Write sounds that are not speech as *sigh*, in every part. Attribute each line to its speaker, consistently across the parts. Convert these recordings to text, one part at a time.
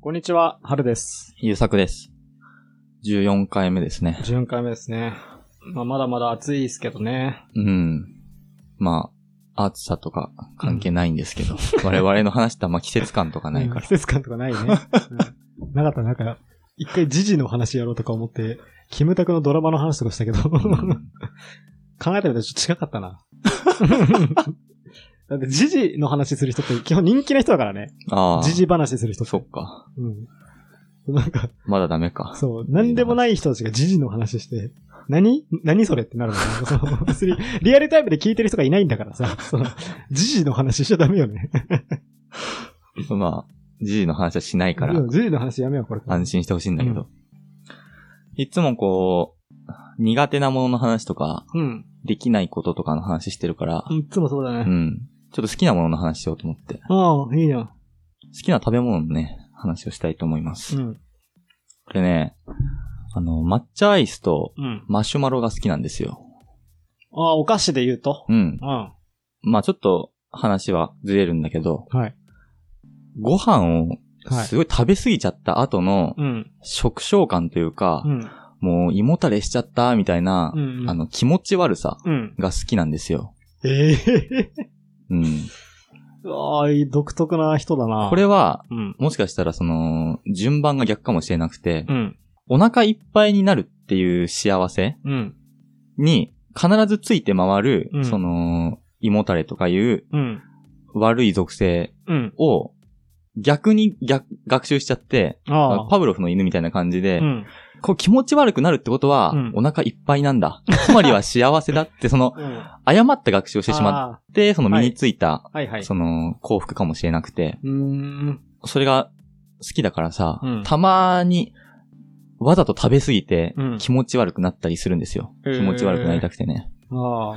Speaker 1: こんにちは、はるです。
Speaker 2: ゆうさくです。14回目ですね。
Speaker 1: 14回目ですね。まあ、まだまだ暑いですけどね。
Speaker 2: うん。まあ、暑さとか関係ないんですけど、我々の話ってあんま季節感とかないか
Speaker 1: *laughs* うん
Speaker 2: ら
Speaker 1: 季。節感とかないね。うん *laughs* なかった、なんか、一回時事の話やろうとか思って、キムタクのドラマの話とかしたけど、
Speaker 2: うん
Speaker 1: 考えてみたらちょっと近かったな。 *laughs* だって時事の話する人って基本人気な人だからね。
Speaker 2: ああ。
Speaker 1: 時事話する人って
Speaker 2: そっか。
Speaker 1: うん。なんか、
Speaker 2: まだダメか。
Speaker 1: そう、なんでもない人たちが時事の話して、何何それってなるのよ
Speaker 2: *laughs*
Speaker 1: その別に、リアルタイムで聞いてる人がいないんだからさ、その、時事の話しちゃダメよね。
Speaker 2: まあ、じじの話はしないから
Speaker 1: うん時事の話やめよう、これから。
Speaker 2: 安心してほしいんだけど。いつもこう、苦手なものの話とか、
Speaker 1: うん。
Speaker 2: できないこととかの話してるから、
Speaker 1: いつもそうだ
Speaker 2: う
Speaker 1: ね。
Speaker 2: ん。ちょっと好きなものの話しようと思って。
Speaker 1: ああ、いいやん。
Speaker 2: 好きな食べ物のね、話をしたいと思います。
Speaker 1: うん。
Speaker 2: これね、あの、抹茶アイスと
Speaker 1: うん。
Speaker 2: マシュマロが好きなんですよ。
Speaker 1: ああ、お菓子で言うと。
Speaker 2: うん。
Speaker 1: うん。は
Speaker 2: まあちょっと話はずれるんだけど、
Speaker 1: い。
Speaker 2: ご飯を
Speaker 1: はい
Speaker 2: すごい食べ過ぎちゃった後の
Speaker 1: うん。
Speaker 2: 食消感というか
Speaker 1: う、ん。
Speaker 2: もう胃もたれしちゃったみたいな
Speaker 1: う、ん。
Speaker 2: あ、の気持ち悪さ
Speaker 1: うん。
Speaker 2: が好きなんですよ。
Speaker 1: ええ
Speaker 2: うん。
Speaker 1: ああ、いい独特な人だな。
Speaker 2: これは、
Speaker 1: うん。
Speaker 2: もしかしたらその、順番が逆かもしれなくて
Speaker 1: う、ん。
Speaker 2: お腹いっぱいになるっていう幸せ
Speaker 1: うん。
Speaker 2: に必ずついて回る
Speaker 1: うん、
Speaker 2: その、胃もたれとかいう
Speaker 1: うん。
Speaker 2: 悪い属性
Speaker 1: うん。
Speaker 2: を逆に逆学習しちゃって、
Speaker 1: ああ。
Speaker 2: パブロフの犬みたいな感じで、
Speaker 1: うん。
Speaker 2: こう気持ち悪くなるってことは、
Speaker 1: うん
Speaker 2: お腹いっぱいなんだ。つまりは幸せ
Speaker 1: *laughs*
Speaker 2: だって、その、
Speaker 1: うん。
Speaker 2: 誤った学習をしてしまっ
Speaker 1: あ
Speaker 2: て、その身についた、
Speaker 1: あ。はいはい。
Speaker 2: その、幸福かもしれなくて、
Speaker 1: うーん。
Speaker 2: それが好きだからさ、
Speaker 1: うん
Speaker 2: たまに、わざと食べ過ぎて
Speaker 1: うん、
Speaker 2: 気持ち悪くなったりするんですよ。
Speaker 1: へー
Speaker 2: 気持ち悪くなりたくてね。
Speaker 1: ああ。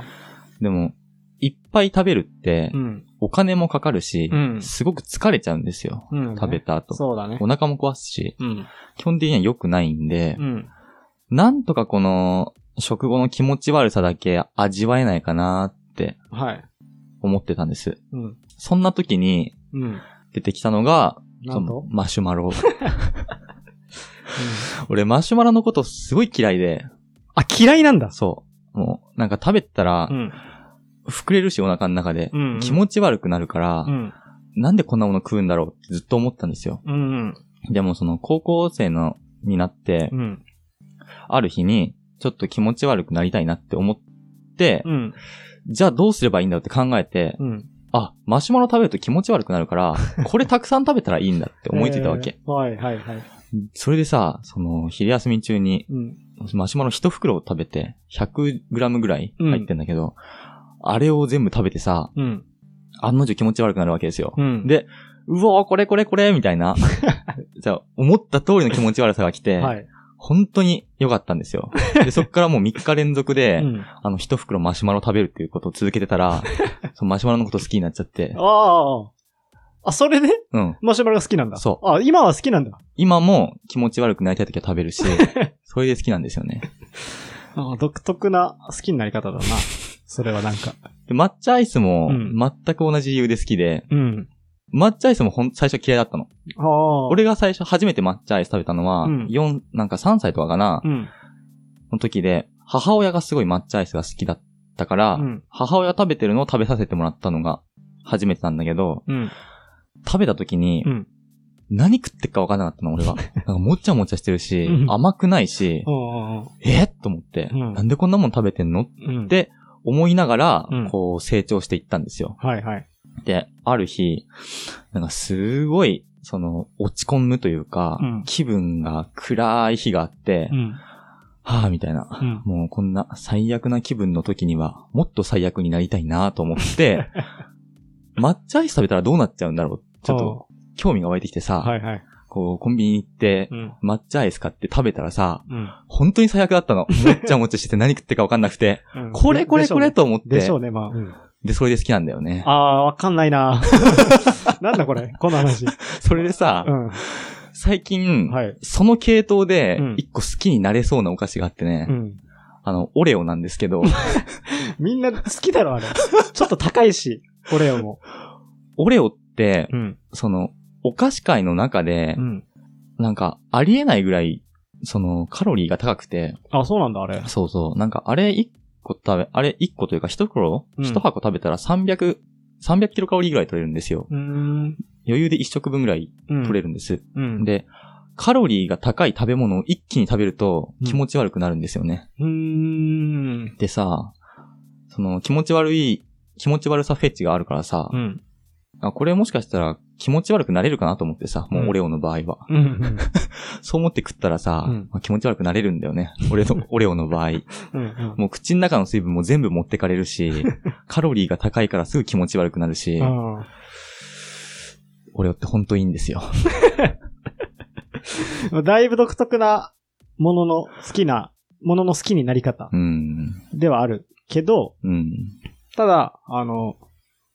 Speaker 2: でも、いっぱい食べるって
Speaker 1: う、ん。
Speaker 2: お金もかかるし、
Speaker 1: うん
Speaker 2: すごく疲れちゃうんですよ。
Speaker 1: うん。
Speaker 2: 食べた後。
Speaker 1: そうだね。
Speaker 2: お腹も壊すし、
Speaker 1: うん。
Speaker 2: 基本的には良くないんで、
Speaker 1: うん。
Speaker 2: なんとかこの、食後の気持ち悪さだけ味わえないかなって
Speaker 1: はい。
Speaker 2: 思ってたんです。
Speaker 1: うん。
Speaker 2: そんな時に
Speaker 1: うん。
Speaker 2: 出てきたのが、
Speaker 1: なんと
Speaker 2: そのマシュマロ。 *laughs* 俺マシュマロのことすごい嫌いで、
Speaker 1: あ、嫌いなんだ。
Speaker 2: そう。もう、なんか食べたら
Speaker 1: う、ん。
Speaker 2: 膨れるしお腹の中で、
Speaker 1: うん。
Speaker 2: 気持ち悪くなるから、
Speaker 1: うん。
Speaker 2: なんでこんなもの食うんだろうってずっと思ったんですよ。
Speaker 1: うん。
Speaker 2: でもその高校生の、になって
Speaker 1: う、ん。
Speaker 2: ある日に、ちょっと気持ち悪くなりたいなって思って、
Speaker 1: うん。
Speaker 2: じゃあどうすればいいんだろうって考えて、
Speaker 1: うん。
Speaker 2: あ、マシュマロ食べると気持ち悪くなる
Speaker 1: *laughs*
Speaker 2: から、これたくさん食べたらいいんだって思いついたわけ。
Speaker 1: えー。はいはいはい。
Speaker 2: それでさ、その、昼休み中に、
Speaker 1: うん。
Speaker 2: マシュマロ一袋を食べて、100g ぐらい入ってんだけど、あれを全部食べてさ、
Speaker 1: うん。
Speaker 2: 案の定気持ち悪くなるわけですよ。
Speaker 1: うん。、
Speaker 2: で、うわこれこれこれみた
Speaker 1: *laughs*
Speaker 2: いな。じゃあ、思った通りの気持ち悪さが来て、
Speaker 1: はい。
Speaker 2: 本当に良かったんですよ。で、そっからもう3日連続で、
Speaker 1: うん。
Speaker 2: あの、一袋マシュマロ食べるっていうことを続けて
Speaker 1: *laughs*
Speaker 2: たら、そのマシュマロのこと好きになっちゃって、
Speaker 1: ああ。あ、それで
Speaker 2: うん。
Speaker 1: マシュマロが好きなんだ。。
Speaker 2: そう
Speaker 1: あ、今は好きなんだ。
Speaker 2: 今も気持ち悪くなりたい時は食
Speaker 1: *laughs*
Speaker 2: べるし、それで好きなんですよね。
Speaker 1: あー独特な好きになり方だな。それはなんか。
Speaker 2: で抹茶アイスも
Speaker 1: うん
Speaker 2: 全く同じ理由で好きで、
Speaker 1: うん。
Speaker 2: 抹茶アイスもほん最初嫌いだったの。
Speaker 1: ああ。、
Speaker 2: 俺が最初初めて抹茶アイス食べたのは、
Speaker 1: うん
Speaker 2: 4、なんか3歳とかかな、
Speaker 1: うん。
Speaker 2: の時で、母親がすごい抹茶アイスが好きだったから、
Speaker 1: うん。
Speaker 2: 母親食べてるのを食べさせてもらったのが初めてなんだけど、
Speaker 1: うん。
Speaker 2: 食べた時に、
Speaker 1: うん。
Speaker 2: 何食ってっか分かんなかったの、俺
Speaker 1: *laughs*
Speaker 2: は。なんかもちゃもちゃしてるし
Speaker 1: う、ん
Speaker 2: 甘くないし、
Speaker 1: ああ。
Speaker 2: えっと思って、
Speaker 1: うん
Speaker 2: なんでこんなもん食べてんの
Speaker 1: うん。、
Speaker 2: で、思いながら
Speaker 1: うん、
Speaker 2: こう成長していったんですよ。
Speaker 1: はいはい。
Speaker 2: で、ある日、なんかすごい、その、落ち込むというか、
Speaker 1: うん
Speaker 2: 気分が暗い日があって、
Speaker 1: うん。
Speaker 2: はぁ、みたいな、
Speaker 1: うん
Speaker 2: もうこんな最悪な気分の時には、もっと最悪になりたいなと思
Speaker 1: *laughs*
Speaker 2: って、抹茶アイス食べたらどうなっちゃうんだろうちょっと、興味が湧いてきてさ、
Speaker 1: はいはい。
Speaker 2: こう、コンビニに行って、
Speaker 1: うん。
Speaker 2: 抹茶アイス買って食べたらさ、
Speaker 1: うん。
Speaker 2: 本当に最悪だっ
Speaker 1: *laughs*
Speaker 2: たの。もっちゃもっちゃしてて何食ってかわかんなくて、
Speaker 1: うん
Speaker 2: これこれこれと思って、
Speaker 1: でしょうね、まあ。うん
Speaker 2: で、それで好きなんだよね
Speaker 1: あ。あ、わかんない *laughs* な。なんだこれこの話。
Speaker 2: それでさ、
Speaker 1: うん。
Speaker 2: 最近、
Speaker 1: はい。
Speaker 2: その系統で
Speaker 1: うん、
Speaker 2: 一個好きになれそうなお菓子があってね、
Speaker 1: うん。
Speaker 2: あの、オレオなんです
Speaker 1: *laughs*
Speaker 2: けど、
Speaker 1: みんな好きだろ、あ *laughs* れ。ちょっと高いし、これをも。
Speaker 2: オレオって、
Speaker 1: うん。
Speaker 2: その、お菓子界の中で
Speaker 1: う、ん。
Speaker 2: なんか、ありえないぐらい、その、カロリーが高くて、
Speaker 1: あ、そうなんだ、あれ。
Speaker 2: そうそう、なんか、あれ1個食べ、あれ1個というか、1袋
Speaker 1: うん
Speaker 2: ?1 箱食べたら300、300キロカロリーぐらい取れるんですよ。
Speaker 1: うーん。
Speaker 2: 余裕で1食分ぐらい取れ
Speaker 1: る。
Speaker 2: るんです。
Speaker 1: うん。
Speaker 2: で、カロリーが高い食べ物を一気に食べると気持ち悪くなるんですよね。
Speaker 1: うーん。
Speaker 2: でさ、その気持ち悪い、気持ち悪さフェチがあるからさ、
Speaker 1: うん。
Speaker 2: あこれもしかしたら気持ち悪くなれるかなと思ってさ、もうオレオの場合は。 *laughs*
Speaker 1: うんうん。 *laughs*
Speaker 2: そう思って食ったらさ、
Speaker 1: うん
Speaker 2: まあ気持ち悪くなれるんだよね。俺
Speaker 1: *laughs*
Speaker 2: の、オレオの場合。
Speaker 1: うんうん。
Speaker 2: もう口の中の水分も全部持ってかれるし、
Speaker 1: *laughs*
Speaker 2: カロリーが高いからすぐ気持ち悪くなるし、
Speaker 1: あ
Speaker 2: オレオってほんといいんですよ。
Speaker 1: ーだいぶ独特なものの好きな、ものの好きになり方
Speaker 2: うん。
Speaker 1: ではあるけど、
Speaker 2: うん。
Speaker 1: ただ、あの、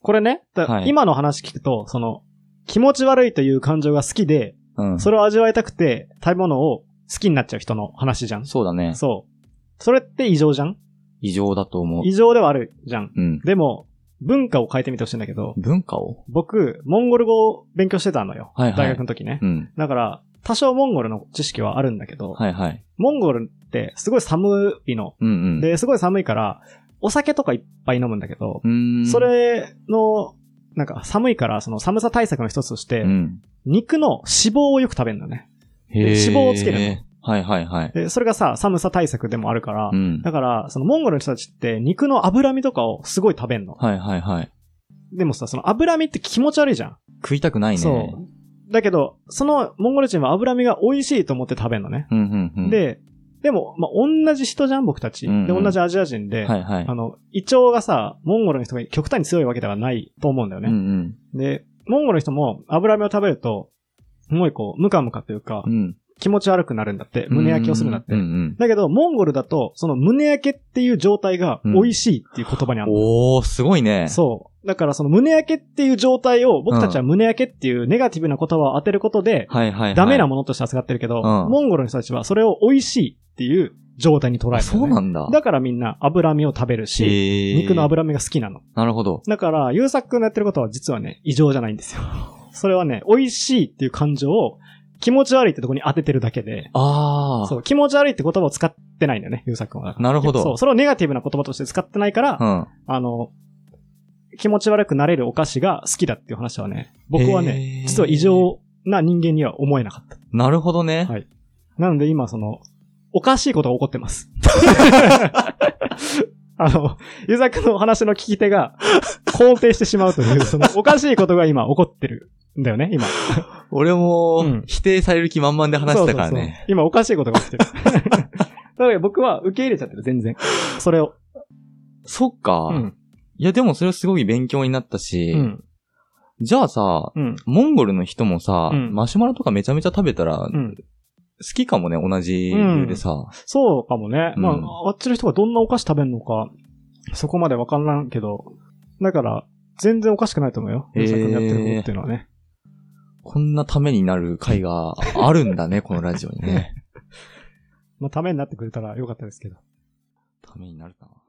Speaker 1: これね、だ
Speaker 2: はい
Speaker 1: 今の話聞くと、その、気持ち悪いという感情が好きで、
Speaker 2: うん。
Speaker 1: それを味わいたくて、食べ物を好きになっちゃう人の話じゃん。
Speaker 2: そうだね。
Speaker 1: そう。それって異常じゃん
Speaker 2: 異常だと思う。
Speaker 1: 異常ではあるじゃん。
Speaker 2: うん。
Speaker 1: でも、文化を変えてみてほしいんだけど、
Speaker 2: 文化を
Speaker 1: 僕、モンゴル語を勉強してたのよ。
Speaker 2: はいはい
Speaker 1: 大学の時ね。
Speaker 2: うん。
Speaker 1: だから、多少モンゴルの知識はあるんだけど、
Speaker 2: はいはい。
Speaker 1: モンゴルってすごい寒いの。
Speaker 2: うんうん。、
Speaker 1: で、すごい寒いから、お酒とかいっぱい飲むんだけど
Speaker 2: う、ーん。
Speaker 1: そ、れの、なんか寒いから、その寒さ対策の一つとして、
Speaker 2: うん。
Speaker 1: 肉の脂肪をよく食べるんだよね。
Speaker 2: へー
Speaker 1: 脂肪をつける
Speaker 2: はいはいはい。
Speaker 1: で、それがさ、寒さ対策でもあるから、
Speaker 2: うん。
Speaker 1: だから、そのモンゴルの人たちって肉の脂身とかをすごい食べんの。
Speaker 2: はいはいはい。
Speaker 1: でもさ、その脂身って気持ち悪いじゃん。
Speaker 2: 食いたくないね。
Speaker 1: そう。だけど、そのモンゴル人は脂身が美味しいと思って食べるのね。
Speaker 2: う。うんうんうん。、
Speaker 1: で、でも、まあ、同じ人じゃん、僕たち。
Speaker 2: うん
Speaker 1: で、
Speaker 2: うん
Speaker 1: 同じアジア人で、
Speaker 2: はいはい。
Speaker 1: あの、胃腸がさ、モンゴルの人が極端に強いわけではないと思うんだよ
Speaker 2: う
Speaker 1: ね。
Speaker 2: ん
Speaker 1: で、モンゴルの人も脂身を食べると、すごいこう、ムカムカというか
Speaker 2: う、ん。
Speaker 1: 気持ち悪くなるんだって、
Speaker 2: うん。
Speaker 1: 胸焼けをするんだって
Speaker 2: うんう。ん。
Speaker 1: だけど、モンゴルだと、その胸焼けっていう状態が美味しいっていう言葉にあるの、
Speaker 2: おー、すごいね。
Speaker 1: そう。だからその胸焼けっていう状態を、僕たちは胸焼けっていうネガティブな言葉を当てることで、
Speaker 2: はいはいはい。
Speaker 1: ダメな
Speaker 2: も
Speaker 1: ものとして扱ってるけど、
Speaker 2: うん
Speaker 1: モンゴルの人たちはそれを美味しいっていう状態に捉える、ね。
Speaker 2: そうなんだ。
Speaker 1: だからみんな脂身を食べるし、
Speaker 2: へー
Speaker 1: 肉の。脂身が好きなの。
Speaker 2: なるほど。
Speaker 1: だから、優作君のやってることは実はね、異常じゃないんですよ。それはね、美味しいっていう感情を気持ち悪いってとこに当ててるだけで、
Speaker 2: あー。
Speaker 1: そう、気持ち悪いって言葉を使ってないんだよね、優作君は。
Speaker 2: なるほど
Speaker 1: そう、それをネガティブな言葉として使ってないから、
Speaker 2: うん。
Speaker 1: あの、気持ち悪くなれるお菓子が好きだっていう話はね、僕はね
Speaker 2: へ、ー
Speaker 1: 実は異常な人間には思えなかった。
Speaker 2: なるほどね。
Speaker 1: はいなので今、その、おかしいことが起こって
Speaker 2: *laughs*
Speaker 1: ます。あの、ゆざくのお話の聞き手が肯定してしまうという、その、おかしいことが今起こってるんだよね、今。
Speaker 2: 俺
Speaker 1: う
Speaker 2: も
Speaker 1: ん、
Speaker 2: 否定される気満々で話してたから
Speaker 1: そうそう
Speaker 2: ね。
Speaker 1: そう今おかしいことが起
Speaker 2: *laughs*
Speaker 1: きてる。だから僕は受け入れちゃってる、全然。それを。
Speaker 2: そっ
Speaker 1: う
Speaker 2: か。
Speaker 1: ん。
Speaker 2: いや、でもそれはすごい勉強になった
Speaker 1: う
Speaker 2: し、
Speaker 1: ん。
Speaker 2: じゃあさ、
Speaker 1: うん。
Speaker 2: モンゴルの人もさ、
Speaker 1: うん
Speaker 2: マシュマロとかめちゃめちゃ食べたら、
Speaker 1: う
Speaker 2: 好
Speaker 1: ん。
Speaker 2: きかもね、同じ理由でさ。
Speaker 1: そうかもね。
Speaker 2: うん
Speaker 1: まあ、あっちの人がどんなお菓子食べるのか、そこまでわからんけど。だから、全然おかしくないと思うよ。
Speaker 2: へー
Speaker 1: ゆざくのやってることっていうのはね。
Speaker 2: こんなためになる回があるんだね、このラジオにね。
Speaker 1: まあ、ためになってくれたらよかったですけど。
Speaker 2: ためになるかな。